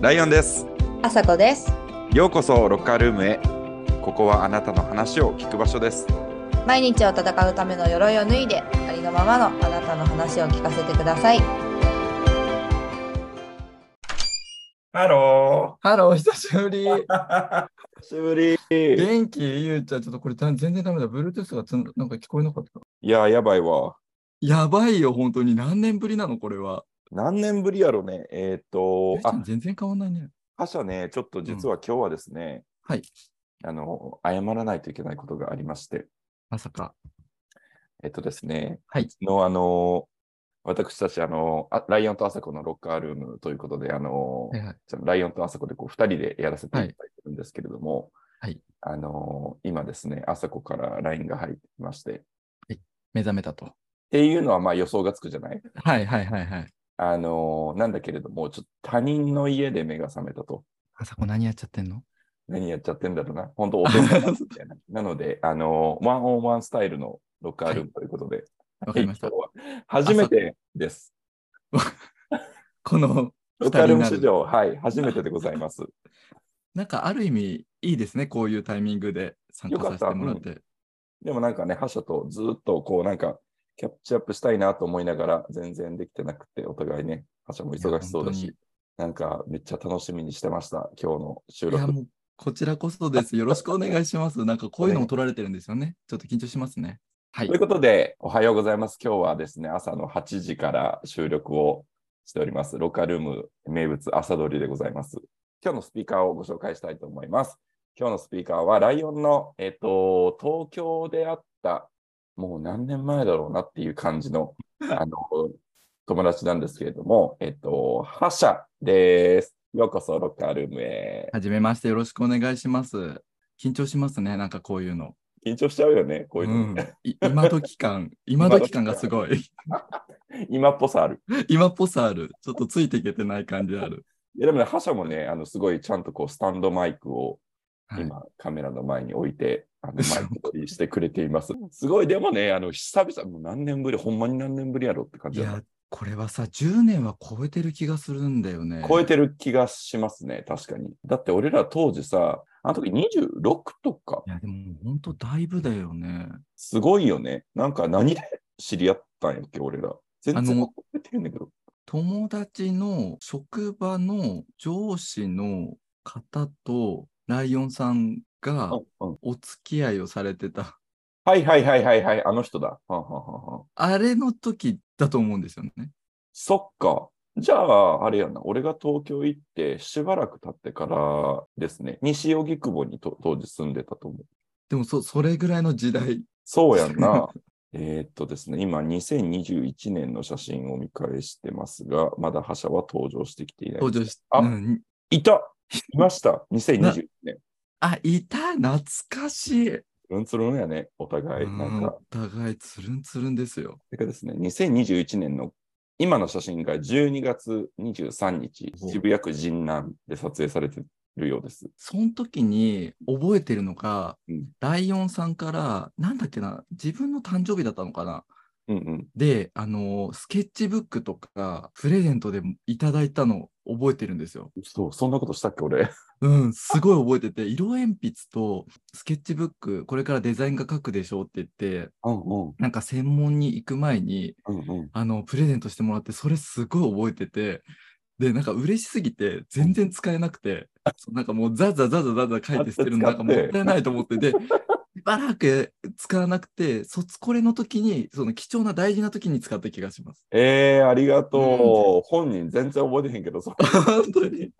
ライオンですあさこです。ようこそロッカールームへここはあなたの話を聞く場所です毎日を戦うための鎧を脱いで、ありのままのあなたの話を聞かせてください。ハロハロー、久しぶり。ー久しぶり。元気ゆうちゃん、ちょっとこれだ全然ダメだ。Bluetooth がつんなんか聞こえなかった。いややばいわやばいよ、本当に。何年ぶりなの、これは。何年ぶりやろねえっ、ゆとうちゃあん、全然変わんないね。他社ねちょっと実は今日はですね、はい。あの謝らないといけないことがありましてまさか。えっとですね、はい。の、あの、私たち、あの、あライオンとあさこのロッカールームということで、あの、はいはい。そのライオンとあさこでこう2人でやらせていただいてるんですけれども、はいあの、今ですね、あさこから LINE が入ってきまして、っ目覚めたと。ていうのはまあ予想がつくじゃないはいはいはいはい。あの、なんだけれども、ちょっと他人の家で目が覚めたと。あさこ何やっちゃってんの何やっちゃってんだろうな。本当、お父さんだなみたい な。なので、あの、ワンオンワンスタイルのロッカールームということで、わかりました。今日は初めてです。このロ二ッカール人ーにムな史る。上、はい、初めてでございます。なんかある意味いいですね。こういうタイミングで参加させてもらって。でもなんかね、覇者とずっとこうなんか、キャッチアップしたいなと思いながら、全然できてなくて、お互いね、覇者も忙しそうだいやし、なんかめっちゃ楽しみにしてました、今日の収いや、録。もうこちらこ そです。よろしくお願いします。なんかこういうのも取られてるんですよね。ちょっと緊張しますね。はいという。ことで、おはようございます。今日はですね、朝の8時から収録をしております。ロッカールーム名物朝取りでございます。今日のスピーカーをご紹介したいと思います。今日のスピーカーは、ライオンの、えっと、東京であった、もう何年前だろうなっていう感じ の、あの、友達なんですけれども、えっと、覇者です。ようこそ、ロッカールームへ。はじめまして、よろしくお願いします。緊張しますね。なんかこういうの。緊張しちゃうよね、こういうのうんね、い今時 感、今時感がすごい。 今っぽさある。今っぽさある。ちょっとついていけてない感じある。いやでもね、覇者もね、あのすごいちゃんとこうスタンドマイクをはい今、カメラの前に置いて、あのマイク取りしてくれています。すごい、でもね、あの久々、もう何年ぶり、ほんまに何年ぶりやろって感いじだやな、これはさ、10年は超えてる気がするんだよね。超えてる気がしますね、確かに。だって俺ら当時さ、あの時26とか、いや、でも本当だいぶだよね。すごいよね。なんか何で知り合ったんやっけ、俺ら。全あ然の覚えてるんだけど。友達の職場の上司の方とライオンさんがうんうんお付き合いをされてた。はいはいはいはいはい、あの人だ。はんはんはんはんあれの時だと思うんですよね。そっか。じゃあ、あれやな、俺が東京行ってしばらく経ってからですね、西荻窪にと当時住んでたと思う。でもそ、それぐらいの時代。そうやんな。 えーっとですね、今、2021年の写真を見返してますが、まだ覇者は登場してきていない。登場し、あうんいたいました !2021 年。あ、いた懐かしい、つるんつるんやね、お互い。うんなんかお、互いつるんつるんですよ。てかですね、2021年の今の写真が12月23日、お渋谷区神南で撮影されてるようです。その時に覚えてるのが、うんライオンさんから、なんだっけな、自分の誕生日だったのかな。うんうん。で、あのースケッチブックとか、プレゼントでもいただいたの覚えてるんですよ。そう、そんなことしたっけ、俺。うん、すごい覚えてて、色鉛筆とスケッチブック、これからデザインが書くでしょうって言って、うんうん。なんか専門に行く前に、うんうん、あの、プレゼントしてもらって、それすごい覚えてて、で、なんか嬉しすぎて、全然使えなくて、そうなんかもうザザザザザザ書いて捨てるの、使なっんてかもったいないと思って、で、しばらく使わなくて、卒コレの時に、その貴重な大事な時に使った気がします。えー、ありがとう。本人全然覚えてへんけど、そう本当に。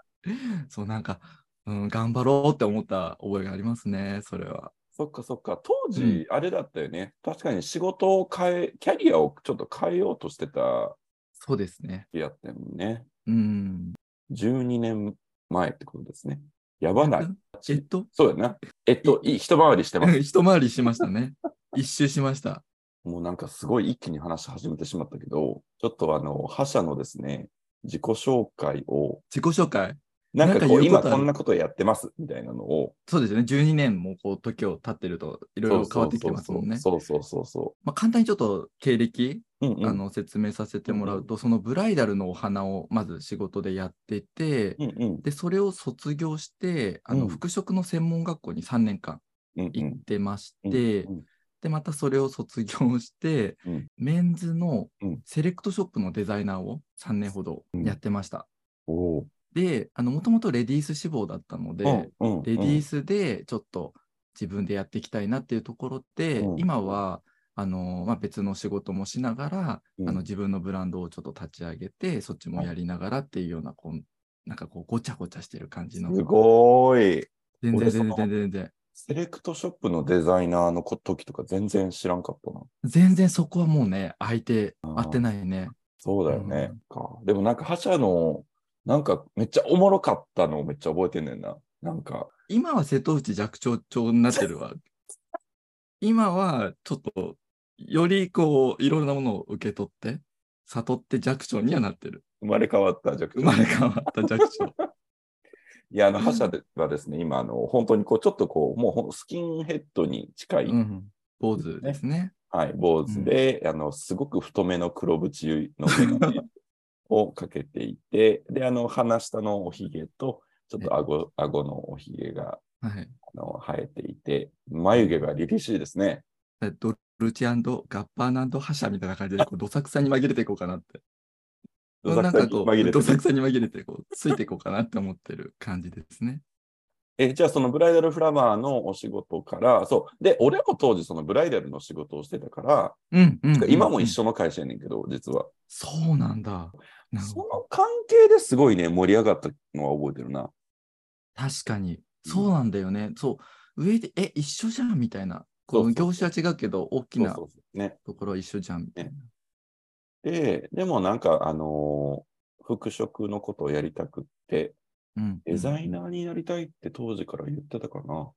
そう、なんか、うん、頑張ろうって思った覚えがありますね、それは。そっかそっか。当時、あれだったよね。確かに仕事を変え、キャリアをちょっと変えようとしてたそうですね。時やってんのね。うん。 12年前ってことですね。やばない。えっと、 そうやな。えっと、いい一回りしてます。一回りしましたね。一周しました。もうなんかすごい一気に話し始めてしまったけど、ちょっとあの、覇者のですね、自己紹介を、自己紹介。なんかこなんかう、言うこ今とあるこんなことやってます、みたいなのを、そうですよね。12年もこう時を経ってるといろいろ変わってきてますもんね。そうそうそうそうそうそうそうそうそう。まあ、簡単にちょっと経歴うんうんあの説明させてもらうと、そのブライダルのお花をまず仕事でやってて、うんうんでそれを卒業してあうのん服飾の専門学校に3年間うんう行っんてましうんて、うんでまたそれを卒業して、うんメンズのうんセレクトショップのデザイナーを3年ほどやってました。おーでもともとレディース志望だったので、うんうんレディースでちょっと自分でやっていきたいなっていうところで、うん今はあの、まあ、別の仕事もしながら、うんあの自分のブランドをちょっと立ち上げてそっちもやりながらっていうようなこうなんかこうごちゃごちゃしてる感じのすごーい。全然俺そ全の然全然全然セレクトショップのデザイナーの時とか全然知らんかったな。全然そこはもうね相手あー合ってないねそうだよね。うんかでもなんか覇者の、なんかめっちゃおもろかったのをめっちゃ覚えてんねんな。なんか、今は瀬戸内寂聴調になってるわ今はちょっとよりこういろんなものを受け取って悟って寂聴にはなってる生まれ変わった弱生点まれ変わった 弱小。いや、あの、覇者ではですね、今、あの、本当にこう、ちょっとこう、もうほんスキンヘッドに近い、うん坊主ですね。はい、坊主で、あの、すごく太めの黒縁の眼鏡をかけていて、で、あの、鼻下のおひげと、ちょっと顎、顎のおひげが、はい。あの、生えていて、眉毛が凛々しいですね。ドルチアンドガッパーナンド覇者みたいな感じで、こう、どさくさに紛れていこうかなって。どなさくさんかにこ紛れう、てどさくさに紛れて、こう、ついていこうかなって思ってる感じですね。え、じゃあそのブライダルフラワーのお仕事から、そう。で、俺も当時そのブライダルの仕事をしてたから、うん、うん。今も一緒。緒の会社やねんけど、実は。そうなんだ。なるそほどの関係ですごいね、盛り上がったのは覚えてるな。確かに。そうなんだよね。そう。上で、え、一緒じゃんみたいな。こそうのそう業種は違うけど、大きなそうそうそうね。ところは一緒じゃんみたいな。で、でもなんか、あのー服飾のことをやりたくって、うん。デザイイナーになりたいって当時から言ってたかな。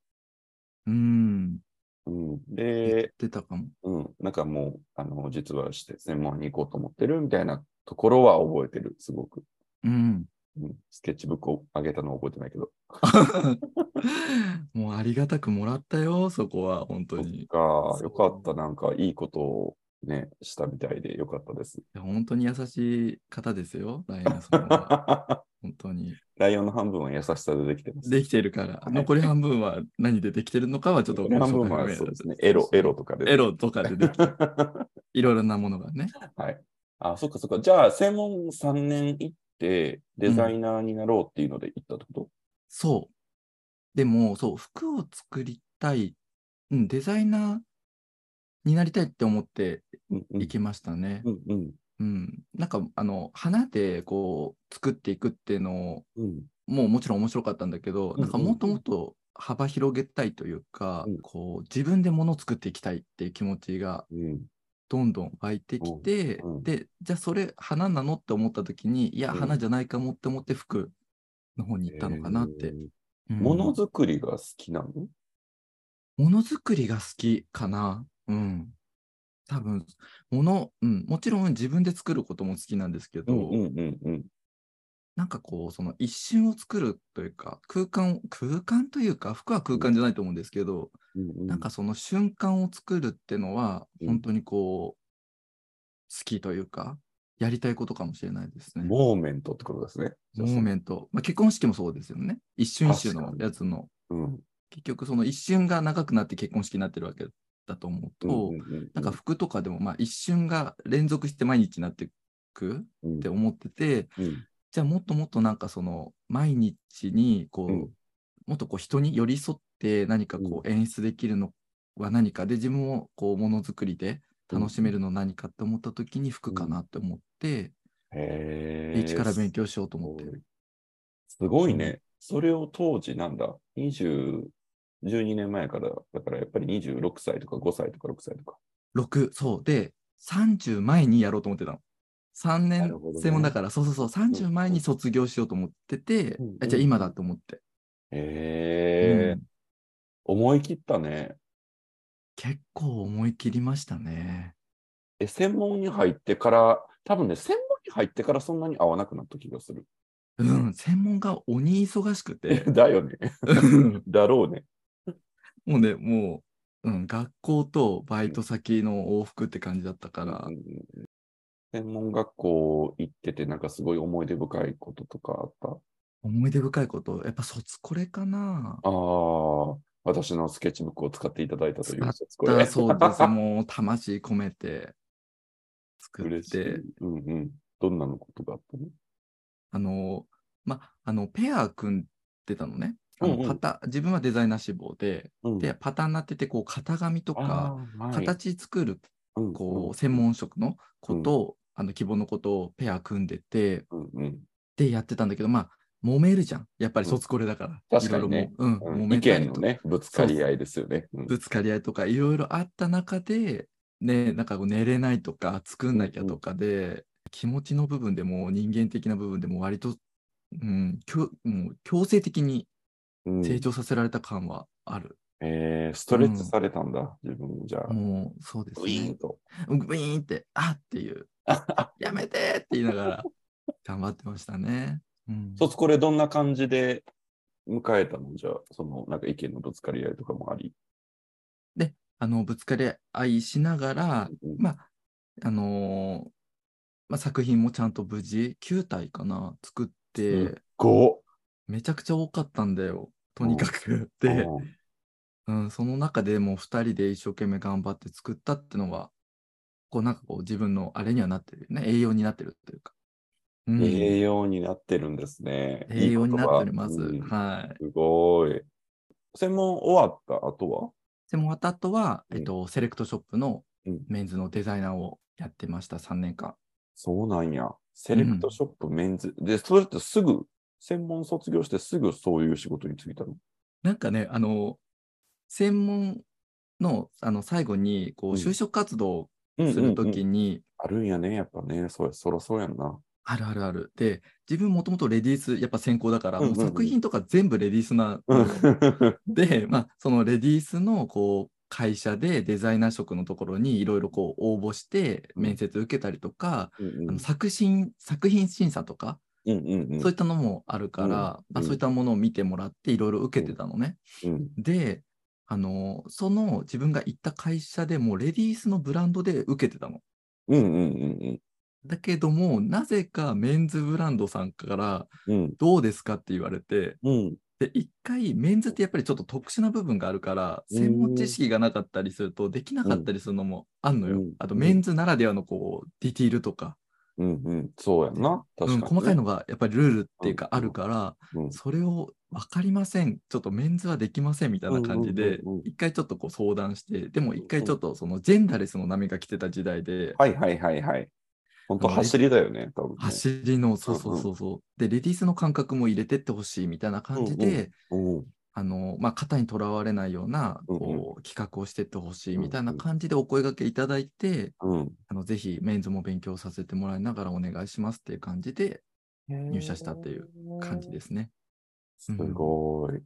うん。うん。言っで、てたかも。うん。なんかもう、あの、実はして専門に行こうと思ってるみたいなところは覚えてる、すごく。うん。 うん、スケッチブックをあげたのは覚えてないけど。もうありがたくもらったよ、そこは、本当そっに。いかそうよかった、なんかいいことをね、したみたいでよかったです。 や本当に優しい方ですよ、ダイアナさんは。 本当に。ライオンの半分は優しさでできてます。できてるから、はい残り半分は何でできてるのかはちょっとご紹介半分不明はだそうですね、エロ、エロとかで。エロとかでできていろいろなものがね。はい。あ、そっかそっか。じゃあ、専門3年行って、デザイナーになろうっていうので行ったってこと、そう。でも、そう、服を作りたい、うん、デザイナーになりたいって思ってうん、うんいきましたね。うんうんうん。なんか、あの、花でこう、作っていくっていうのを、うんもうもちろん面白かったんだけど、うんなんかもっともっと幅広げたいというか、うんこう自分で物を作っていきたいっていう気持ちがうんどんどん湧いてきて、うんうんで、じゃあそれ花なのって思った時に、いや、うん花じゃないかもって思って服の方に行ったのかなって。えーうんものづくりが好きなのものづくりが好きかな。うん。多分、もの、うん、もちろん自分で作ることも好きなんですけど、んうんうん。なんかこう、その一瞬を作るというか、空間を、空間というか、服は空間じゃないと思うんですけど、うんうんなんかその瞬間を作るってのは、うん本当にこう、好きというか、やりたいことかもしれないですね。モーメントってことですね。モーメント。まあ、結婚式もそうですよね。一瞬一瞬のやつの。うん。結局その一瞬が長くなって結婚式になってるわけだと思うと、なんか服とかでもまあ一瞬が連続して毎日になってくっって思ってて、じゃあもっともっとなんかその毎日にこう、うんもっとこう人に寄り添って何かこう演出できるのは何かで自分をこうものづくりで楽しめるの何かって思った時に服かなって思って、へで一から勉強強しようと思って。すごいね。それを当時なんだ、20、12年前から、だからやっぱり26歳とか5歳とか6歳とか。 6そうで30前にやろうと思ってたの。3な年るほどね生もだから、そうそうそう30前に卒業しようと思ってて、うんうんあじゃあ今だと思って。へえ、うん思い切ったね。結構思い切りましたね。え、専門に入ってから、多分ね、専門に入ってからそんなに合わなくなった気がする。 うん、専門が鬼忙しくて、だよね。うんだろうね。もうね、もう、うん、学校とバイト先の往復って感じだったから、うん専門学校行ってて、なんかすごい思い出深いこととかあった思い出深いこと、やっぱ卒これかな。ああ、私のスケッチブックを使っていただいたという使っ卒コだからレそう です。もう魂込めて作っ嬉しいて、。うんうん。どんなのことがあったのあの、ま、あの、ペア組んでたのね。あうんのうんパタ自分はデザイナー志望で、うんで、パターンになってて、こう、型紙とか、あーはい形作る、うんこう、専門職のことを、あの、希望のことをペア組んでて、うんうんで、やってたんだけど、まあ、揉めるじゃん。やっぱりうん卒これだから。確かにねいろいろもう、うん、揉うん、め意た見りのとかね、ぶつかり合いですよね。うんぶつかり合いとかいろいろあった中で、ね、なんかこう寝れないとか作んなきゃとかで、気持ちの部分でも人間的な部分でも割と、うん、強もう強制的にうん成長させられた感はある。えーストレッチされたんだ、自分じゃあ。もうそうですウィーねン。と。うんグイーンって、あっ ていう、やめてって言いながら頑張ってましたね。うん、卒これどんな感じで迎えたのじゃあ、そのなんか意見のぶつかり合いとかもあり。あのぶつかり合いしながら、うんまあ、あのーまあ、作品もちゃんと無事9体かな作って、うんごめちゃくちゃ多かったんだよとにかく。で、うん、その中でもう2人で一生懸命頑張って作ったってのはこうなんかこう自分のあれにはなってるよね栄養になってるというか、うん栄養になってるんですね。いい栄養になっております。言葉うんはい。すごい。専門終わった後はでもあとは、うんえっと、セレクトショップのうんメンズのデザイナーをやってました3年間。そうなんや。セレクトショップ、メンズ。で、それってすぐ、専門卒業してすぐそういう仕事に就いたのなんかね、あの、専門のあの最後にこううん就職活動うをするとんうんうきんに、あるんやね、やっぱね。そうや、そらそうやんな。あるあるある。で、自分もともとレディースやっぱ専攻だから、うんうんうんもう作品とか全部レディースなうのんよ。で、まあ、そのレディースのこう会社でデザイナー職のところにいろいろこう応募してうん面接受けたりとか、うん あの作品作品審査とか、うんうんそういったのもあるから、まうあ、んそういったものを見てもらっていろいろ受けてたのね。うんであのその自分が行った会社でもうレディースのブランドで受けてたの。うんうんうんだけどもなぜかメンズブランドさんからうんうんどうですかって言われてうんで一回メンズってやっぱりちょっと特殊な部分があるからうん専門知識がなかったりするとできなかったりするのもあんのよ、うんあとメンズならではのこうディティールとかうんうんそうやんな。確かうにん、ね。細かいのがやっぱりルールっていうかうんあるから、うんそれを分かりませんちょっとメンズはできませんみたいな感じで、うんうんうんうん一回ちょっとこう相談してでも一回ちょっとそのジェンダーレスの波が来てた時代で、はいはいはいはい。本当あの走りだよね、多分ね。走りのそうそうそうそう、でレディースの感覚も入れてってほしいみたいな感じで、うんうんあのまあ、型にとらわれないようなうんうんこう企画をしてってほしいみたいうんうなん感じでお声掛けいただいて、うんあのぜひメンズも勉強させてもらいながらお願いしますっていう感じで入。社したっていう感じですすね。すごい。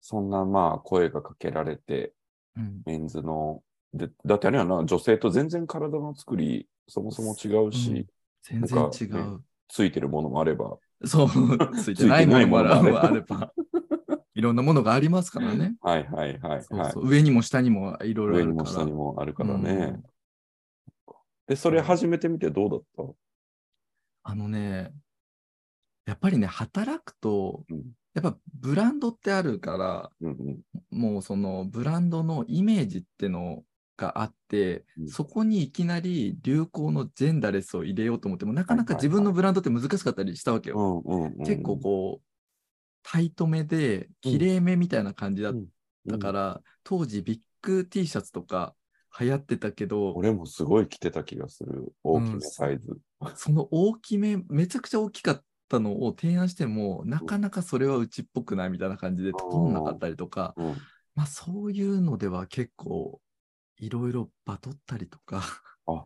そんなまあ声がかけられて、うん、メンズの、でだってあれやな、女性と全然体の作り、そもそも違うし、うん全然違なんかう。ついてるものもあれば、 そう、ついてないものもあついてないものもれば。ああればいろんなものがありますからね。はいはいはいそうはいそ。う上にも下にもいろいろあ上にるかもら。下にもあるからうねん。で、それ始めてみてどうだったあのね、やっぱりね、働くとうん、やっぱブランドってあるから、うんうんもうそのブランドのイメージってのがあって、うんそこにいきなり流行のジェンダーレスを入れようと思ってもなかなかはいはいはい自分のブランドって難しかったりしたわけよ。うんうんうん。、結構こうタイトめできれいめみたいな感じだったからら、当時ビッグ T シャツとか流行ってたけど俺もすごい着てた気がする。大きめサイズ。その大きめめちゃくちゃ大きかったのを提案してもなかなかそれはうちっぽくないみたいな感じで整んなかったりとか、うんまあそういうのでは結構いろいろバトったりとか、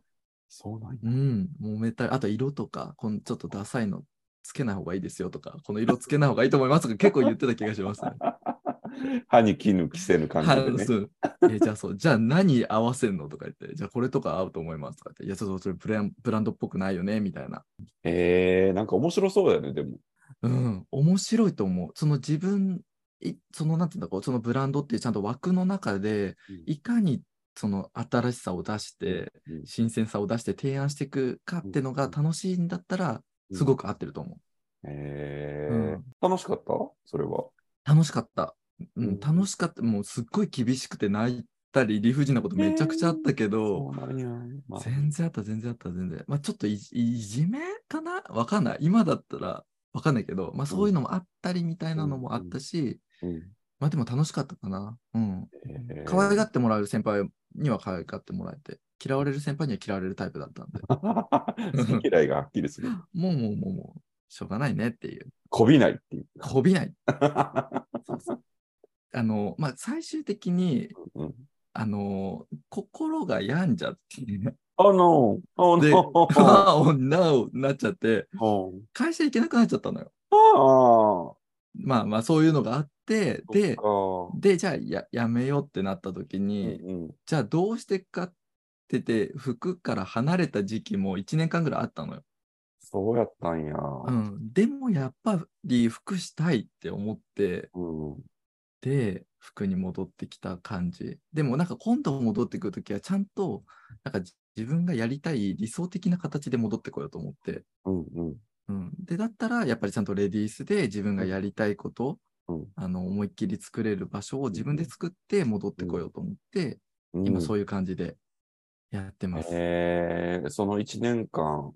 そうなんや。 うん、揉めたり、あと色とか、このちょっとダサいのつけない方がいいですよとか、この色つけない方がいいと思いますとか結構言ってた気がしますね。歯に絹着せぬ感じではいねそ。う えじゃあそう、じゃあ何合わせるのとか言って、じゃあこれとか合うと思いますとか言って、いや、ちょっとそれブランブランドっぽくないよねみたいな。えー、なんか面白そうだよね、でも。うん、面白いと思う。その自分、いそのなんていうんだろう、そのブランドっていうちゃんと枠の中で、いかにその新しさを出して、うん新鮮さを出して提案していくかってのが楽しいんだったら、うんすごく合ってると思えう。ーうん、楽しかったそれは。楽しかった。ううんん、楽しかった。もうすっごい厳しくて泣いたり、理不尽なことめちゃくちゃあったけど、なるにゃん。まあ全然あった、全然あった、全然。まあちょっといじいじめかなわかんない。今だったらわかんないけど、まあそういうのもあったりみたいなのもあったし、うんまあでも楽しかったかな。うん。えー可愛がっても らえる先輩には可愛がってもらえて、嫌われる先輩には嫌われるタイプだったんで、 好き嫌いがはっきりする。もうもうもうもう、しょうがないねっていう。こびないっていう。 こびない。そうそうあの、まあ最終的に、うんあのー心が病んじゃって、 Oh no! Oh で、 no! ああ、女をなっちゃって、 Oh. 会社行けなくなっちゃったのよ。ああ。まあまあ、そういうのがあって、で、そで、じゃあや、やめようってなった時っかに、うんうんじゃあどうしてかってて、服から離れた時期も1年間ぐらいあったのよ。そうやったんや。うん。でもやっぱり服したいって思って、うん。で、服に戻ってきた感じ。でもなんか今度戻ってくるときは、ちゃんと、なんか自分がやりたい理想的な形で戻ってこようと思って、うんうん。うん、でだったらやっぱりちゃんとレディースで自分がやりたいこと、うんあの思いっきり作れる場所を自分で作って戻ってこようと思って、うん今そういう感じでやってます。えー、その1年間、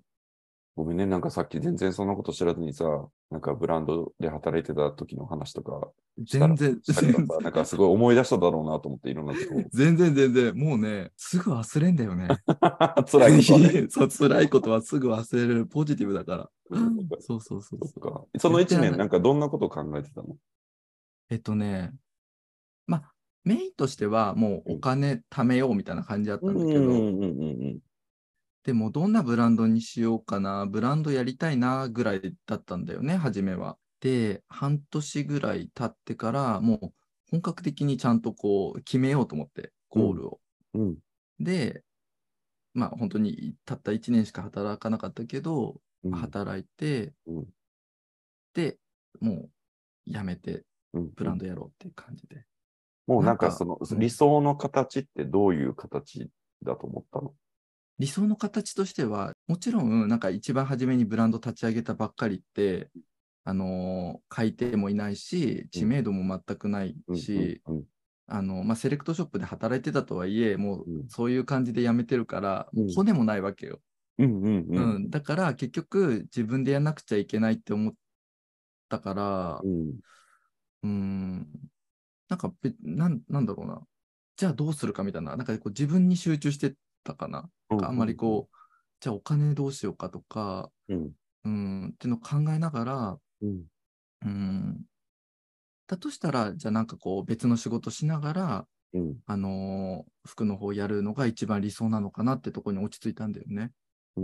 ごめんね、なんかさっき全然そんなこと知らずにさ、なんかブランドで働いてた時の話とかしたら全然したりとか、なんかすごい思い出しただろうなと思って、いろんなと 全然全然もうねすぐ忘れんだよね。 こ。辛いことはねそう辛いことはすぐ忘れるポジティブだから。うんそうそうそそうっそう。かその1言ってらんな年、いなんかどんなことを考えてたのえっとねまあメインとしてはもうお金貯めようみたいな感じだったんだけど、うんうんうんでもどんなブランドにしようかな、ブランドやりたいなぐらいだったんだよね、初めは。で、半年ぐらい経ってから、もう本格的にちゃんとこう決めようと思って、ゴールを。うんうん。で、まあ本当にたった1年しか働かなかったけど、うん働いて、うんで、もう辞めてうんブランドやろうっていう感じで。もうなんかなんかそのうん理想の形ってどういう形だと思ったの理想の形としては、もちろん、なんか一番初めにブランド立ち上げたばっかりって、あのー買い手もいないし、知名度も全くないし、うんうんあのまあ、セレクトショップで働いてたとはいえ、もううんそういう感じで辞めてるから、うんもう骨もないわけよ、うんうんううんんだから結局、自分でやんなくちゃいけないって思ったから、うんうーん、なんかべなん、なんだろうな、じゃあどうするかみたいな、なんかこう自分に集中してたかな。うあんまりこう、じゃあお金どうしようかとか、うんうん、っていうのを考えながら、うんうん、だとしたら、じゃあなんかこう別の仕事しながら、うんあのー服の方やるのが一番理想なのかなってとこに落ち着いたんだよね。う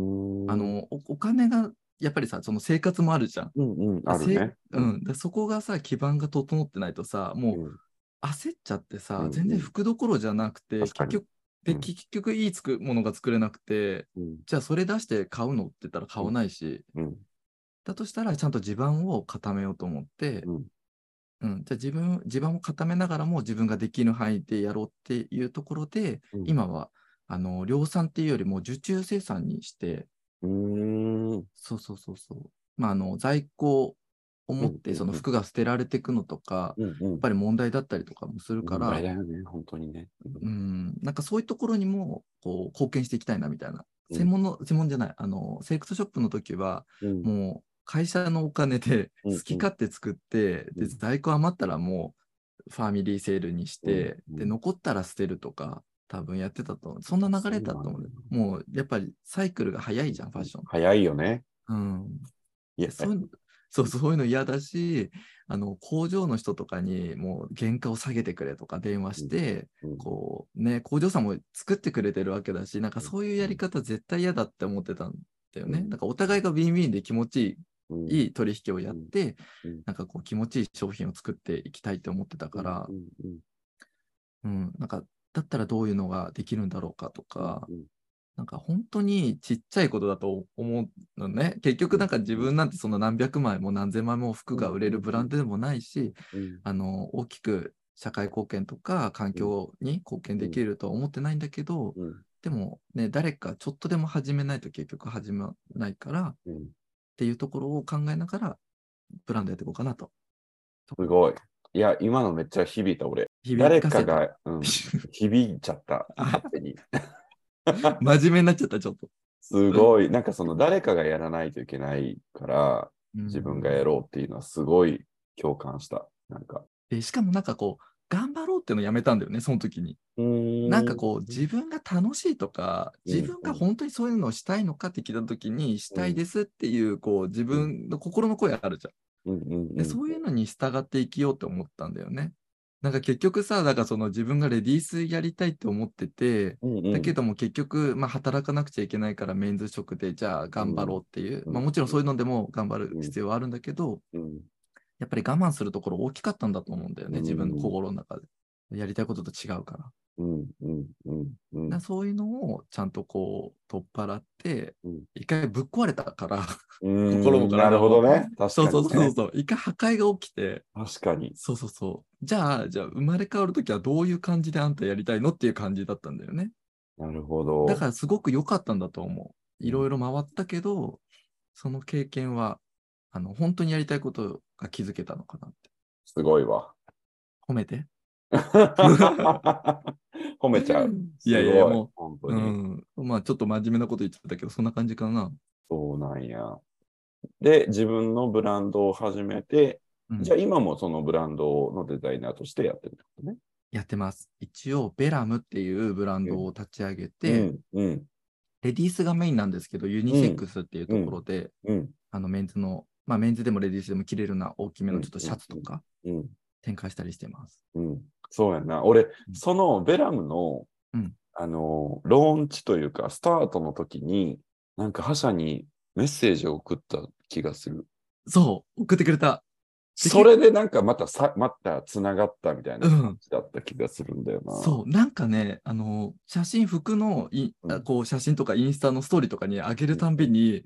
んあのーおお金が、やっぱりさ、その生活もあるじゃん。うんうんあるねうん、だからそこがさ、基盤が整ってないとさ、もううん焦っちゃってさ、うん全然服どころじゃなくて、確か結に局、でうん結局いいつくものが作れなくて、うんじゃあそれ出して買うのって言ったら買わないし、うんだとしたらちゃんと地盤を固めようと思って、うんうんじゃあ自分、地盤を固めながらも自分ができる範囲でやろうっていうところで、うん今はあの量産っていうよりも受注生産にして、うんそうそうそうそう、まあ、あの在庫をう持っんうんうてんその服が捨てられていくのとか、うんうんやっぱり問題だったりとかもするから、問題だよね本当にねうん、なんかそういうところにもこう貢献していきたいなみたいうな。ん専門の、専門じゃない、あの、セレクトショップの時は、うんもう会社のお金でうん好き勝手作って、うんで、在庫余ったらもうファミリーセールにして、うんで、残ったら捨てるとか、多分やってたと、そんな流れだと思う。もうやっぱりサイクルが早いじゃん、ファッション。早いよねうん。いやそういうのそうそういうの嫌だし、あの工場の人とかにもう原価を下げてくれとか電話して、うんこうね、工場さんも作ってくれてるわけだし、なんかそういうやり方絶対嫌だって思ってたんだよね。うんなんかお互いがウィンウィンで気持ちうんいいいい取引をやって、うんうんなんかこう気持ちいい商品を作っていきたいって思ってたからう、んうんうん、なんかだったらどういうのができるんだろうかとか、うんなんか本当にちっちゃいことだと思うのね。結局なんか自分なんてその何百枚も何千枚も服が売れるブランドでもないし、うんあの大きく社会貢献とか環境に貢献できるとは思ってないんだけど、うんでもね、誰かちょっとでも始めないと結局始まないからっうん、ていうところを考えながら、ブランドやっていこうかなと。すごい。いや、今のめっちゃ響いた俺。誰かが、うん、 響いちゃった。あ勝手に。真面目になっちゃった、ちょっと。すごい。なんかその誰かがやらないといけないから、うん自分がやろうっていうのはすごい共感した。なんか。でしかもなんかこう、頑張ろうってのやめたんだよね、その時に。ななんかこう、自分が楽しいとか、うん自分が本当にそういうのをしたいのかって聞いた時に、したいですっていう、こう、自分の心の声あるじゃん。うん、うんうんでそういうのに従って生きようって思ったんだよね。なんか結局さ、だからその自分がレディースやりたいって思ってて、うんうんだけども結局、まあ、働かなくちゃいけないからメンズ職でじゃあ頑張ろうっていう、うんまあ、もちろんそういうのでも頑張る必要はあるんだけど、うんやっぱり我慢するところ大きかったんだと思うんだよね、うん自分の心の中で。やりたいことと違うから。だかうんうんうんうんらそういうのをちゃんとこう取っ払ってうん、一回ぶっ壊れたから、うん心も体もなるほどね。確かに、ね。そうそうそうそう、一回破壊が起きて、確かに。そうそうそう。じゃあ、じゃあ生まれ変わるときはどういう感じであんたやりたいのっていう感じだったんだよね。なるほど。だからすごく良かったんだと思う。うんいろいろ回ったけど、その経験は、あの、本当にやりたいことが気づけたのかなって。すごいわ。 褒めて。褒めちゃう。いやいやいやすごもう本当うに、ん。まあちょっと真面目なこと言っちゃったけど、そんな感じかな。そうなんや。で、自分のブランドを始めて、うんじゃあ今もそのブランドのデザイナーとしてやってるってことね。やってます。一応、ベラムっていうブランドを立ち上げて、うん、うん、レディースがメインなんですけど、ユニセックスっていうところで、うん、あのメンズの、まあメンズでもレディースでも着れるような大きめのちょっとシャツとうんうんかうん、展開したりしてます。うん。そうやな。俺、そのベラムの、うんあの、ローンチというか、スタートの時に、なんか覇者にメッセージを送った気がする。そう、送ってくれた。それでなんかまたさ、また繋がったみたいなうん感じだった気がするんだよな。そう、なんかね、あの、写真、服のい、うんあこう、写真とかインスタのストーリーとかに上げるたんびうに、ん。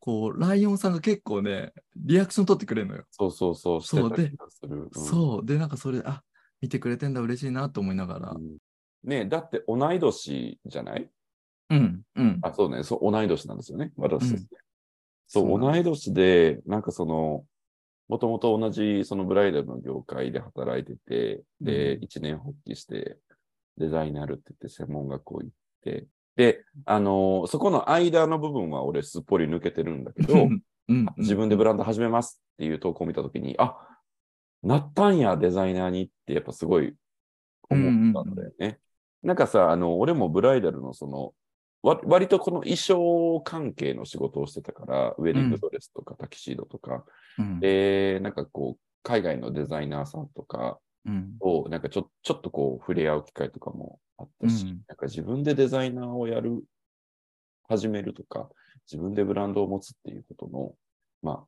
こう、ライオンさんが結構ね、リアクション取ってくれるのよ。そうそうそう、してそうたで気がする。うんそう、で、なんかそれ、あ、見てくれてんだ、嬉しいなと思いながらう。んねえだって同い年じゃないうん、うん。あ、そうね、そう、同い年なんですよね、私たちね。そそうう、なん同でい年で、なんかその、もともと同じそのブライダルの業界で働いてて、で、うん一年発起して、デザインになるって言って専門学校行って、で、あのそこの間の部分は俺すっぽり抜けてるんだけう ど、ん、うん。自分でブランド始めますっていう投稿を見たときに、あなったんや、デザイナーにって、やっぱすごい思ったんだよね。なんかさ、あの、俺もブライダルのその、わ割とこの衣装関係の仕事をしてたから、ウェディングドレスとかタキシードとか、うん、で、なんかこう、海外のデザイナーさんとかうん、を、なんかちょちょっとこう、触れ合う機会とかもあったし、うんなんか自分でデザイナーをやる、始めるとか、自分でブランドを持つっていうことの、まあ、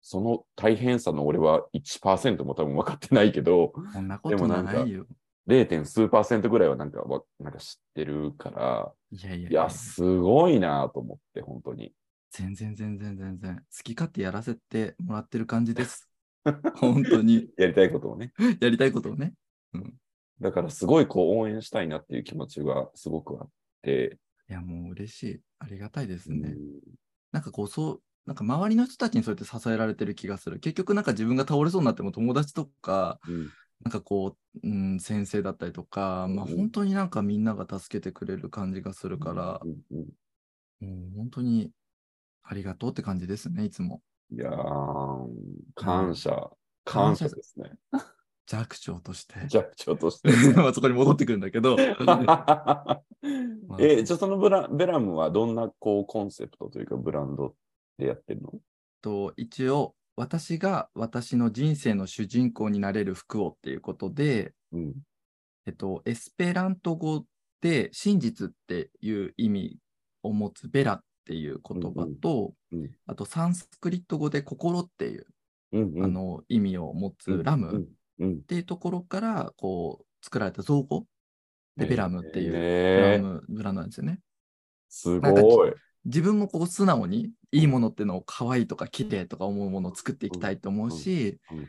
その大変さの俺は1%も多分分かってないけど、そんなことないよ。 0. 数パーセントぐらいはなんかわなんか知ってるから、いやいやいや、すごいなと思って、本当に。全然全然全然。好き勝手やらせてもらってる感じです。本当に。やりたいことをね。やりたいことをね。だからすごいこう応援したいなっていう気持ちがすごくあって、いや、もう嬉しい。ありがたいですうね。んなんかこう、そう、なんか周りの人たちにそうやって支えられてる気がする。結局なんか自分が倒れそうになっても友達とか、うんなんかこう、うん、先生だったりとか、まあうん本当になんかみんなが助けてくれる感じがするから、うんうんもう本当にありがとうって感じですね、いつも。いやー、感謝、感謝ですね。弱長として。弱長として。 まあそこに戻ってくるんだけど。え、じゃあそのブラベラムはどんなこうコンセプトというかブランドでやってるの と一応私が私の人生の主人公になれる服をっていうことで、うん。えっと、エスペラント語で真実っていう意味を持つベラっていう言葉と、うんうんあとサンスクリット語で心っていう、うんうんあの意味を持つラムっ。うんうん。ていうところからこう作られた造語でベラムっていうブラねえムブランドなんですよね。すなんかごい。自分もこう素直にいいものってのを可愛いとか綺麗とか思うものを作っていきたいと思うし、うんうん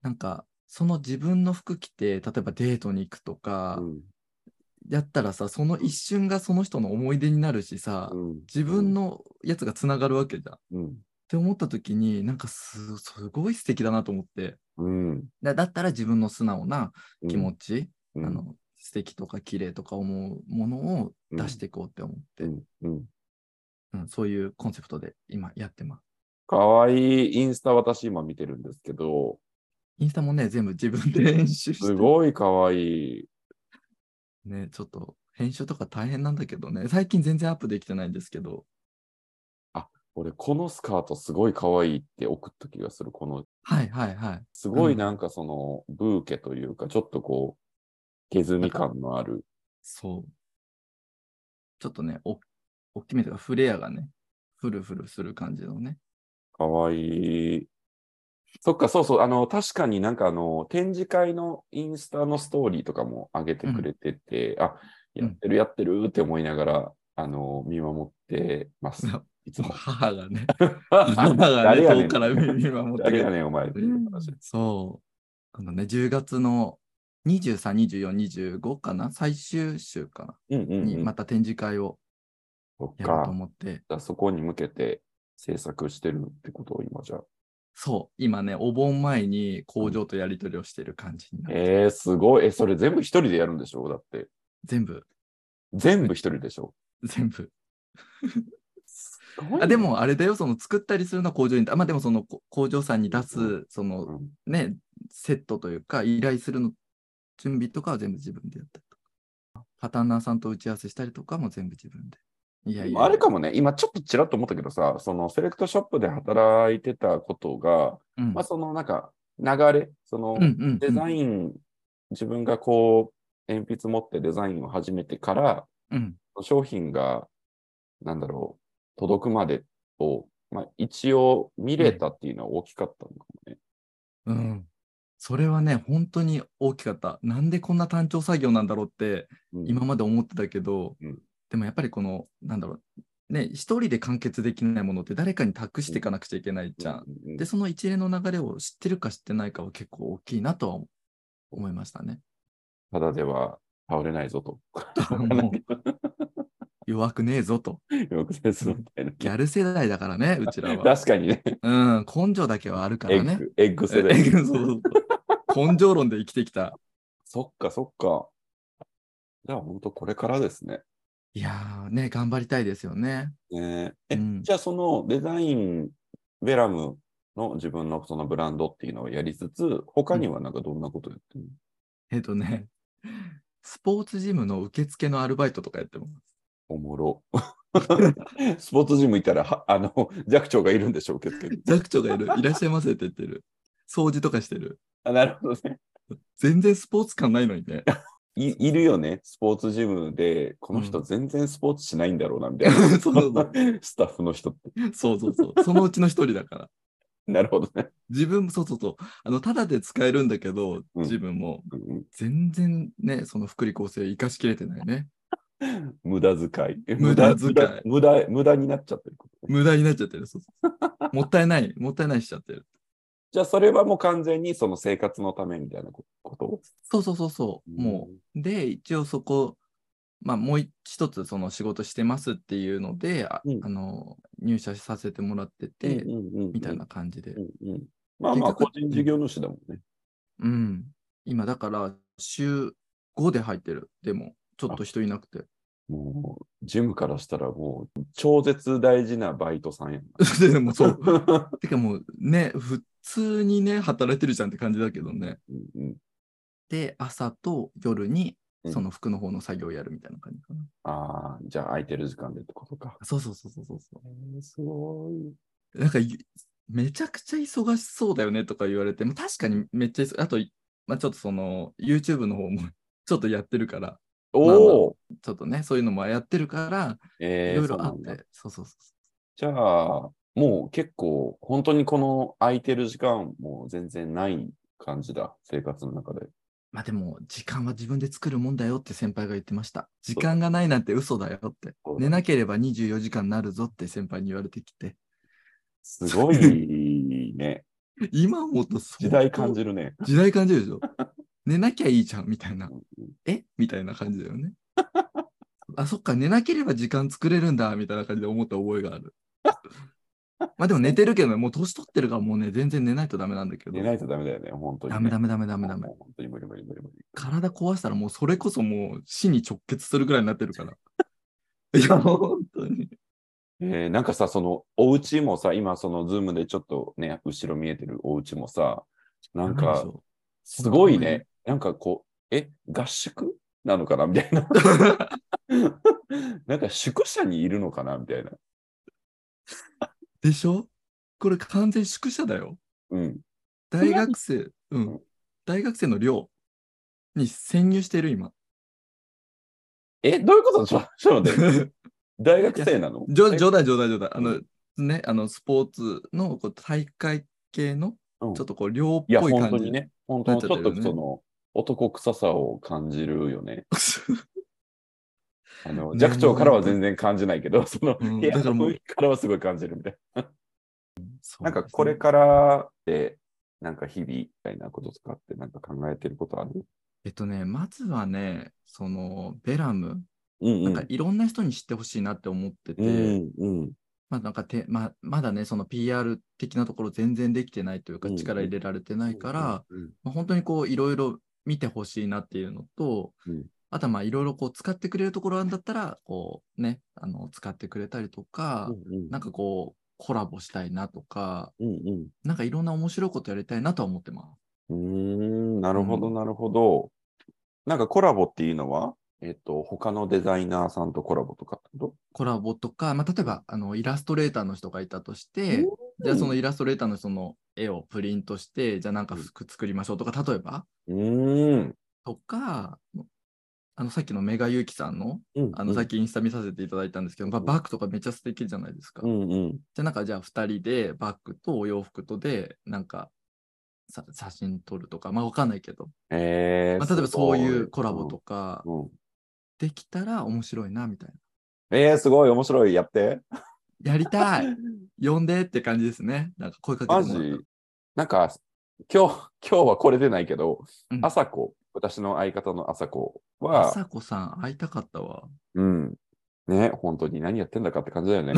なんかその自分の服着て、例えばデートに行くとか、うんやったらさ、その一瞬がその人の思い出になるしさ、うん自分のやつがつながるわけじゃん。っうんて思った時に、なんかすすごい素敵だなと思って。うんだだったら自分の素直な気持ち、うんあの素敵とか綺麗とか思うものを出していこうって思って、うんうんうんそういうコンセプトで今やってます。かわいいインスタ私今見てるんですけど、インスタもね、全部自分で編集してす、ごいかわいい。ね、ちょっと編集とか大変なんだけどね、最近全然アップできてないんですけど、俺、このスカートすごいかわいいって送った気がする。この、はいはいはい。すごういんなんかその、ブーケというか、ちょっとこう、毛ずみ感のある。そう。ちょっとね、お大きめというか、フレアがね、フルフルする感じのね。かわいい。そっか、そうそう。あの、確かになんかあの、展示会のインスタのストーリーとかも上げてくれてて、あ、やってるやってるって思いながら、あの、見守ってます。いつも。母が ね、母がね、誰やね遠んくから見見守ってく誰れやてねん、お前。そう。あのね、10月の23、24、25かな、最終週かうんうん、うな、にんまた展示会をそっやろうかと。思って、だそこに向けて制作してるってことを今じゃあ。そう、今ね、お盆前に工場とやり取りをしてる感じになって、えー、すごい。え、それ全部一人でやるんでしょだって。全部、全部一人でしょ全部。すごいねあで、も、あれだよ、その作ったりするのは工場に、あまあでもそのこ工場さんに出うす、そうのんね、セットというか、依頼するの、準備とかは全部自分でやったりとか、パターンナーさんと打ち合わせしたりとかも全部自分で。いやいやいやあれかもね、今ちょっとちらっと思ったけどさ、そのセレクトショップで働いてたことが、うんまあそのなんか流れ、そのうんうんうんデザイン、自分がこう、鉛筆持ってデザインを始めてから、うん商品が、なんだろう、届くまでを、まあ一応見れたっていうのは大きかったのかもね。うん。それはね、本当に大きかった。なんでこんな単調作業なんだろうってうん今まで思ってたけど、うんでもやっぱりこの、なんだろう、ね、一人で完結できないものって誰かに託していかなくちゃいけないじゃん。うんで、その一連の流れを知ってるか知ってないかは結構大きいなとは思いましたね。ただでは倒れないぞと。 もう 弱くねえぞと。よくですみたいな。ギャル世代だから ね、うちらは。確かにね、うん、根性だけはあるかエらッね。グ、エッグ世そう代。 そうそう根性論で生きてきた。そっか、そっか。じゃあ、本当これからですね。いやーね、頑張りたいですよね。ねえ、うんじゃあ、そのデザイン、ベラムの自分のそのブランドっていうのをやりつつ、他にはなんかどんなことやってるえっとね、スポーツジムの受付のアルバイトとかやってます。おもろ。 スポーツジム行ったら、はあの、弱長がいるんでしょうけど。弱長がいる、いらっしゃいませって言ってる。掃除とかしてる。あなるほどね全然スポーツ感ないのにね。い。いるよね、スポーツジムで、この人うん全然スポーツしないんだろうな、みたいな。 そうそうそう スタッフの人って。そうそうそう。そのうちの一人だから。なるほどね。自分もそうそうそう。あの、ただで使えるんだけど、うん自分もうん全然ね、その福利厚生生かしきれてないね。無駄遣い。無駄遣い無駄無駄無駄になっちゃってる。無駄になっちゃってる。そうそうもったいない、もったいないしちゃってる。じゃあそれはもう完全にその生活のためみたいなこことそうそうそうそう。もうで、一応そこ、まあ、もう一つその仕事してますっていうので、あうんあの入社させてもらってて、みたいな。感じで。うんうんまあまあ個結局人事業主だもんね。うん。今だから週5で入ってる。でも、ちょっと人いなくて。もうジムからしたらもう超絶大事なバイトさんやん。 でもそう。 てかもうね、普通にね、働いてるじゃんって感じだけどね。うんうんで、朝と夜にうんその服の方の作業をやるみたいな感じかな。ああ、じゃあ空いてる時間でってことか。そうそうそうそうそうそえーすごい。う。なんかい、めちゃくちゃ忙しそうだよねとか言われて、まあ確かにめっちゃ忙あと、まあ、ちょっとその YouTube の方も ちょっとやってるから、おお、ちょっとね、そういうのもやってるから、えいーろいろあそうっなて、んだそうそうそう。じゃあ、もう結構、本当にこの空いてる時間も全然ない感じだ、生活の中で。まあでも、時間は自分で作るもんだよって先輩が言ってました。そう時だ間がないなんて嘘だよって。そうだ寝なければ24時間になるぞって先輩に言われてきて。すごいね。今思うと時代感じじるね。時代感じる でしょ寝なきゃいいじゃんみたいなえみたいな感じだよね あそっか寝なければ時間作れるんだみたいな感じで思った覚えがあ るまあでも寝てるけどねもう年取ってるからもうね全然寝ないとダメなんだけど寝ないとダメだよね、本当に、ね。ダメダメダメダメダメもう本当に無理無理無理無理。体壊したらもうそれこそもう死に直結するぐらいになってるから いや本当にえーなんかさ、そのお家もさ、今そのズームでちょっとね、後ろ見えてるお家もさ、なんダメでしかょすごいこんな感ね。なんかこう、え、合宿なのかなみたい な。なんか宿舎にいるのかなみたいな。でしょこれ完全宿舎だよ。うん。大学生、ううんん。大学生の寮に潜入してる 今。え、どういうこと ちょちょっと待って大学生なの冗え冗談冗談冗談。あの、ね、あの、スポーツのこう大会系の、うんちょっとこう寮っいや、ぽい本感当じ。 にね。本当にちょっなっちゃっとてるよねその、男臭さを感じるよね。あのね弱聴からは全然感じないけど、そのうん部屋だからものう雰囲気からはすごい感じるみたいそな。なうですねんかこれからって、なんか日々みたいなこととかってなんか考えてることあるえっとね、まずはね、その、ベラム、うんうなんん。かいろんな人に知ってほしいなって思ってて、うんうんまあなんかて、まあ、まだね、その PR 的なところ全然できてないというか、うんうん力入れられてないから、うんまあ、本当にこういろいろ見てほしいなっていうのと、うんあとはまあいろいろこう使ってくれるところあんだったらこうねあの使ってくれたりとか、うんなんかこうコラボしたいなとかうんうんなんかいろんな面白いことやりたいなとは思ってます。うーん、なるほど、うんなるほど。なんかコラボっていうのは、えっと、他のデザイナーさんとコラボとかってことコラボとか、まあ、例えばあのイラストレーターの人がいたとしてじゃあそのイラストレーターの人の絵をプリントしてじゃあなんか服作りましょうとか例えばうーん。とかあのさっきのメガユキさんのうんあのさっきインスタ見させていただいたんですけど、まあうんバッグとかめっちゃ素敵じゃないですか。うんうん。じゃあなんかじゃあ2人でバッグとお洋服とでなんかさ写真撮るとかまあわかんないけど、えまー、あ、例えばすごそういうコラボとかうんうんできたら面白いなみたいえー、すごい、面白い、やって。なやり たい呼んでって感じですねなんか声かけてもマらっジたらなんか、今日、今日はこれでないけどう、ん朝子、私の相方の朝子あは、さこさん会いたかったわうん。ね、本当に何やってんだかって感じだよ ね。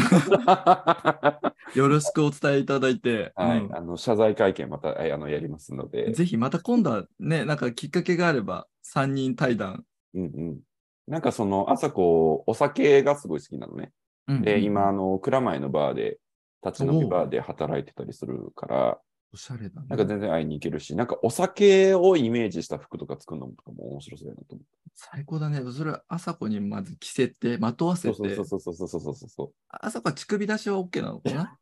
よろしくお伝えいただいて、はい、うんあの謝罪会見またえあのやりますので、ぜひまた今度はねなんかきっかけがあれば3人対談、うんうん、なんかその朝子お酒がすごい好きなのね。うんうでん今あの蔵前のバーで立ち飲みおうバーで働いてたりするから、おしゃれだねなんか全然会いに行けるし、なんかお酒をイメージした服とか作るのとかも面白そうだなと思って。最高だねそれはあさこにまず着せてまとわせてそうそうそうそうそうそうそうそう。あそこは乳首出しは OK なのかな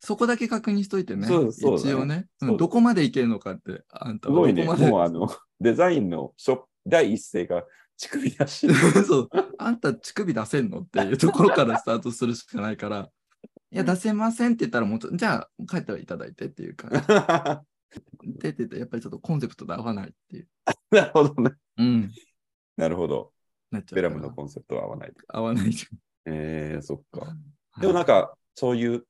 そこだけ確認しといてね。そうそうだね一応ね、うんそうどこまでいけるのかって、あんたすはごいね。どこまでもうあの、デザインの初第一声が乳首出 し。そうあんた乳首出せんのっていうところからスタートするしかない から、いや、出せませんって言ったら、もうちょじゃあ、帰っていただいてっていう 感じでって言って、やっぱりちょっとコンセプトと合わないっていう。なるほどね。うん。なるほど。なっちゃうベからラムのコンセプトは合わない。合わないじえー、そっか。ゃん。でもなんか、か、そういう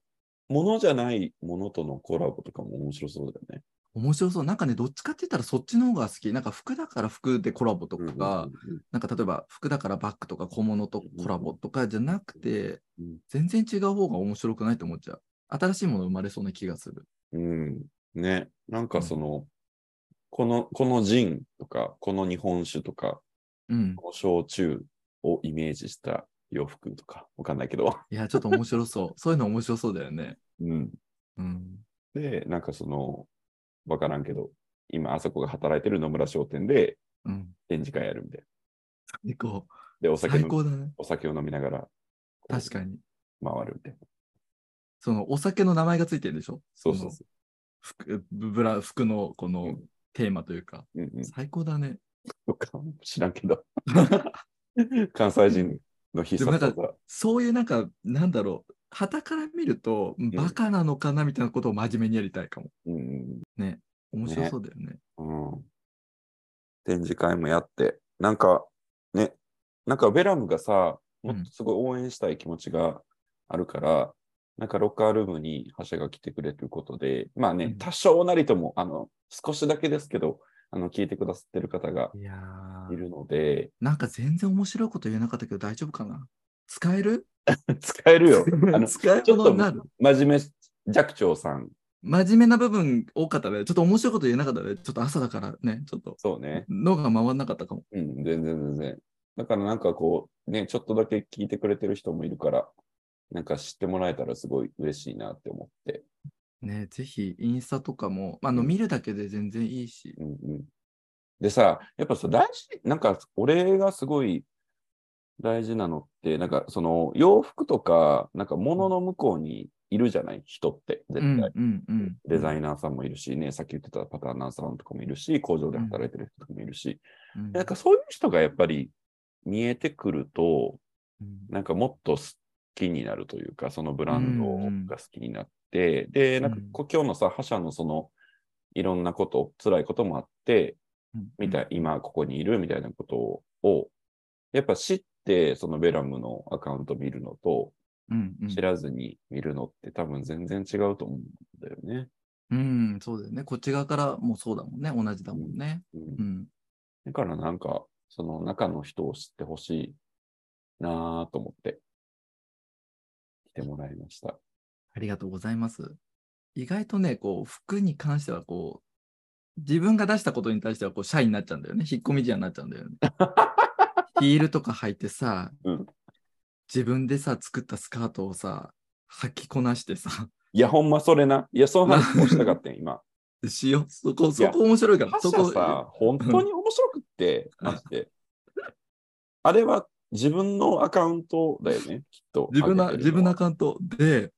ものじゃないものとのコラボとかも面白そうだよね。面白そう。なんかね、どっちかって言ったらそっちの方が好き。なんか服だから服でコラボとか、なんか例えば服だからバッグとか小物とコラボとかじゃなくて、うん全然違う方が面白くないと思っちゃう。新しいもの生まれそうな気がする。うん。ね。なんかその、この、このジンとか、この日本酒とか、うん。この焼酎をイメージした洋服とか、わかんないけど。いや、ちょっと面白そう。そういうの面白そうだよね。うん。うん。で、なんかその、わからんけど、今、あそこが働いてる野村商店でうん。展示会やるみたいな。最高。で、お酒最飲み高だね。お酒を飲みながら、確に。かに。回るみたいな。そのお酒の名前がついてるんでしょそうそうそ服ブラ服のこうのんテーマというか。う。うんうん。最高だね。とか知らんけど。 関西人の必殺技で。そういうなんか、なんだろう。旗から見ると、バカなのかなみたいなことを真面目にやりたいかも。うんね。面白そうだよね。うんうん展示会もやって、なんかね、なんかベラムがさ、もっとすごい応援したい気持ちがあるから、なんかロッカールームに覇者が来てくれということで、まあうねん、多少なりとも、あの、少しだけですけど、あの、聞いてくださってる方がいやーいるの で、なんか全然面白いこと言えなかったけど大丈夫かな使える使える よ。あの、使えるものになる真面目寂聴さん、真面目な部分多かったね。ちょっと面白いこと言えなかったね。ちょっと朝だからね、ちょっとそうね。脳が回んなかったかも。うん、全然全然。だからなんかこう、ね、ちょっとだけ聞いてくれてる人もいるから、なんか知ってもらえたらすごい嬉しいなって思って。ね、ぜひインスタとかも、あのうん見るだけで全然いいし。うんうん、でさ、やっぱさ、大事、なんか俺がすごい大事なのって、なんかその洋服とか、なんか物の向こうにいるじゃない人って、絶対。うんうんうん。デザイナーさんもいるしね、さっき言ってたパターナーさんとかもいるし、工場で働いてる人とかもいるし、うんなんかそういう人がやっぱり見えてくると、うんなんかもっと好きになるというか、そのブランうんうんドが好きになって、で、なんかうんこう今日のさ、覇者のその、いろんなこと、辛いこともあって、みたい、今ここにいるみたいなことを、やっぱ知って、そのベラムのアカウント見るのと、うんうん知らずに見るのって多分全然違うと思うんだよね。うん、そうだよね。こっち側からもそうだもんね。同じだもんね。うんうん。だからなんか、その中の人を知ってほしいなぁと思って、来てもらいました。ありがとうございます。意外とね、こう、服に関しては、こう、自分が出したことに対しては、こう、シャイになっちゃうんだよね。引っ込み思案になっちゃうんだ よね。ヒールとか履いてさ、うん自分でさ、作ったスカートをさ、履きこなしてさ、 いや、ほんまそれな。いや、その話もしたかったよ、今。しよう。そこ、そこ面白いから。覇そ者こ、さ、本当に面白くって、マジで。あれは自分のアカウントだよね、きっと。自分の、上げ自てる分ののアはカウントで、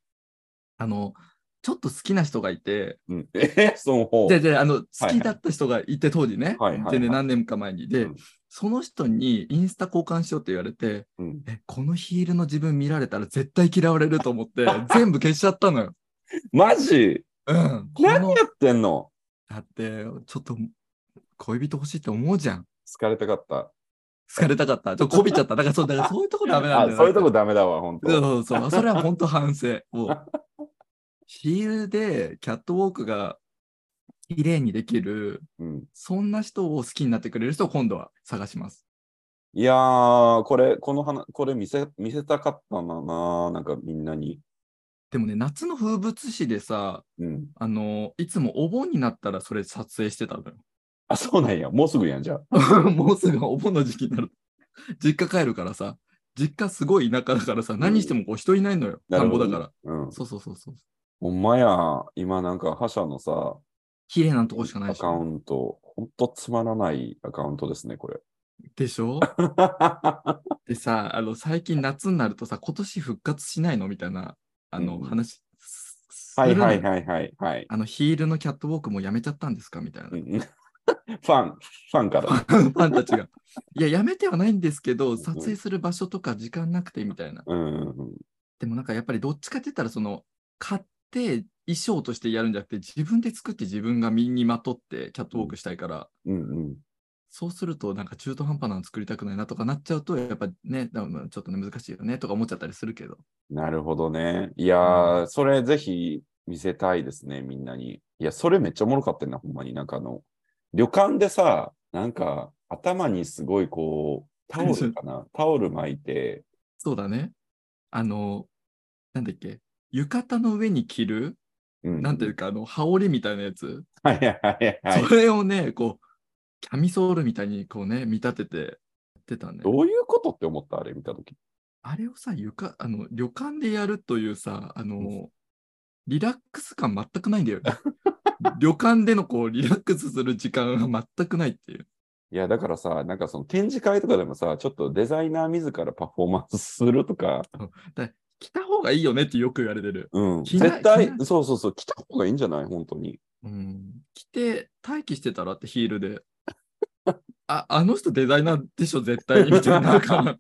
あの、ちょっと好きな人がいて、うん、 え、その方。じゃじゃあの好はいきだった人がいて当時ね、はいはいはい全然何年か前にで、うんその人にインスタ交換しようって言われてうんえこのヒールの自分見られたら絶対嫌われると思って 全部消しちゃったのよ。マジうん、こ何のやってんのだってちょっと恋人欲しいって思うじゃん。疲れたかった。好かれたかった。ちょっとこびちゃった。だからそうだからそういうとこダメなんだあよ。そういうとこダメだわ、本そう当。そうそう。それは本当反省。 もうヒールでキャットウォークが綺麗にできる、うん、そんな人を好きになってくれる人を今度は探します。いやー、これ、この話、これ見せ見せたかったんだな、なんかみんなに。でもね、夏の風物詩でさ、うん、あの、いつもお盆になったらそれ撮影してたのあ、そうなんや。もうすぐやん、じゃあ。 よ。もうすぐお盆の時期になる。実家帰るからさ、実家すごい田舎だからさ、何してもこう人いないのよ。な田るんほぼどだねから。うん。そうそうそうそう。ほんまや、今なんか覇者のさ、綺麗なとこしかないアしカ。ウント、ほんとつまらないアカウントですね、こ れ。でしょでさ、あの、最近夏になるとさ、今年復活しないのみたいな、あうの、ん話す。すはいるのよはいはいはいはい。あの、ヒールのキャットウォークもやめちゃったんですかみたいなう。ん ファン、ファンから。 ファンたちが。いや、やめてはないんですけど、撮影する場所とか時間なくてみたいな。うん。でもなんかやっぱりどっちかって言ったら、その、買って衣装としてやるんじゃなくて、自分で作って自分が身にまとってキャットウォークしたいから、うんうん。そうするとなんか中途半端なの作りたくないなとかなっちゃうと、やっぱね、だからちょっとね、難しいよねとか思っちゃったりするけど。なるほどね。いやー、それぜひ見せたいですね、みんなに。いや、それめっちゃおもろかったな、ほんまに。なんかあの、旅館でさ、なんか頭にすごいこう、タオルかな、タオル巻いて、そうだね。あの、なんだっけ、浴衣の上に着る、うんなんていうか、あの、羽織みたいなやつ。はいはいはいはい。それをね、こう、キャミソールみたいにこうね、見立ててやってたね。どういうことって思ったあれ見たとき。あれをさ、床、あの、旅館でやるというさ、あうの、リラックス感全くないんだよね。旅館でのこう、リラックスする時間が全くないっていう。いや、だからさ、なんかその展示会とかでもさ、ちょっとデザイナー自らパフォーマンスするとか、来た方がいいよねってよく言われてる。うん、着ない絶対着な、いそうそうそう、来た方がいいんじゃない本当に。うん。来て、待機してたらってヒールで。あ、あの人デザイナーでしょ、絶対に。みたいな。なんか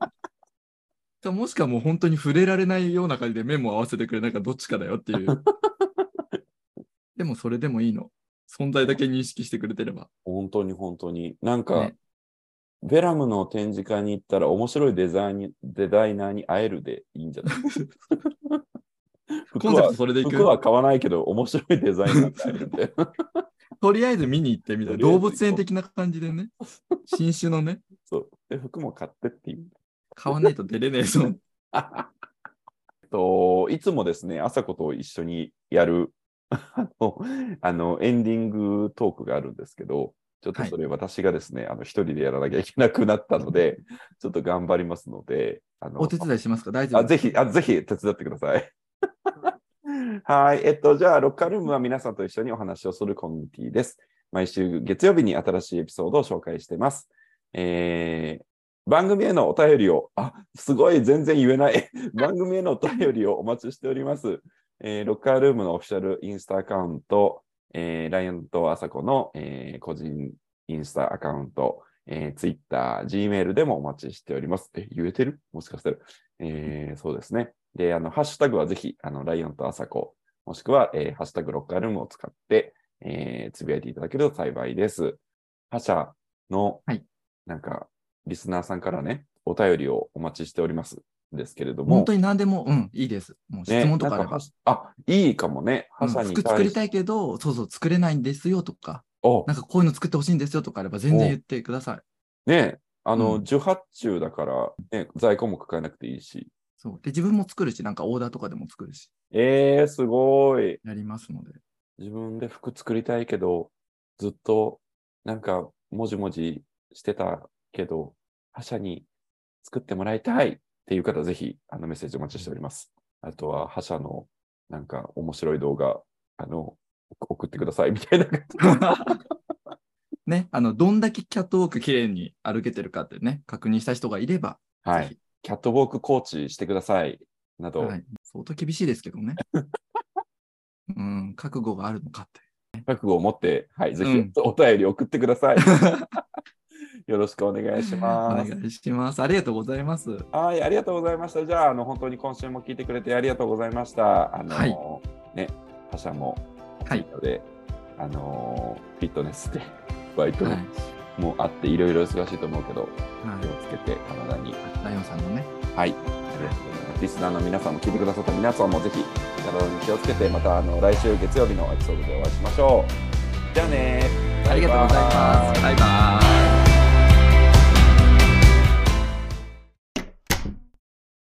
もしくはもう本当に触れられないような感じで目も合わせてくれないかどっちかだよっていう。でもそれでもいいの。存在だけ認識してくれてれば。本当に本当に。なんか、ねベラムの展示会に 行ったら面白いデザインデザイナーに会えるでいいんじゃない服コンセプはトそれでい服く。は買わないけど、面白いデザインなんだよって。とりあえず見に行ってみたいな。とりあえず動物園的な感じでね。新種のね、そう。 で、服も買ってっていう。買わないと出れね えぞ。えっ と、いつもですね、朝子と一緒にやる あのあのエンディングトークがあるんですけど、ちょっとはいそれ私がですね、あの一人でやらなきゃいけなくなったので、ちょっと頑張りますので、あのお手伝いしますか大丈あ夫ぜですひあ、ぜひ手伝ってくださ い。はい。えっと、じゃあ、ロッカールームは皆さんと一緒にお話をするコミュニティです。毎週月曜日に新しいエピソードを紹介しています。えー番組へのお便りを、あ、すごい、全然言えない。 番組へのお便りをお待ちしております。えーロッカールームのオフィシャルインスタアカウント、えーライオンとあさこの、えー個人インスタアカウント、えー、Twitter、Gmail でもお待ちしております。え、言えてるもしかしたら。えーそうですね。で、あの、ハッシュタグはぜひ、あの、ライオンとあさこ、もしくは、えーハッシュタグロッカールームを使って、えーつぶやいていただけると幸いです。他社の、はいなんか、リスナーさんからね、お便りをお待ちしております。ですけれども。本当に何でも、うん、いいです。もう質ね問とかあれなんば。あ、いいかもね。うハんサに服作りたいけど、そうそう、作れないんですよとか、おなんかこういうの作ってほしいんですよとかあれば、全然言ってください。ねあの、うん受発注だから、ね、在庫も抱えなくていいし。そう。で、自分も作るし、なんかオーダーとかでも作るし、えー、すごい。やりますので。 自分で服作りたいけど、ずっとなんかもじもじしてたけど、他社に作ってもらいたいっていう方、ぜひあのメッセージお待ちしております。あとは他社のなんか面白い動画、あの、送ってくださいみたいな。ね、あの、どんだけキャットウォーク綺麗に歩けてるかってね、確認した人がいれば、はいぜ。キャットウォークコーチしてください。なひ、ど、はい、相当厳しいですけどね。 うん、覚悟があるのかって。覚悟を持って、はい、ぜうひんお便り送ってくだ さい。よろしくお願いしおます。願いします。ありがとうございます。はい、ありがとうございました。じゃあ、あの本当に今週も聞いてくれてありがとうございました。あの、はいね、他社もはい。なので、あのフィットネスでバイトはい。もあって、いろいろ忙しいと思うけど、気をはつけて体に。い。ライオンさんのね。はい、ありがとうございます。リスナーの皆さんも聞いてくださった皆さんもぜひ体に気をつけて、またあの来週月曜日のエピソードでお会いしましょう。じゃあね。ありがとうございます。バイバーイ。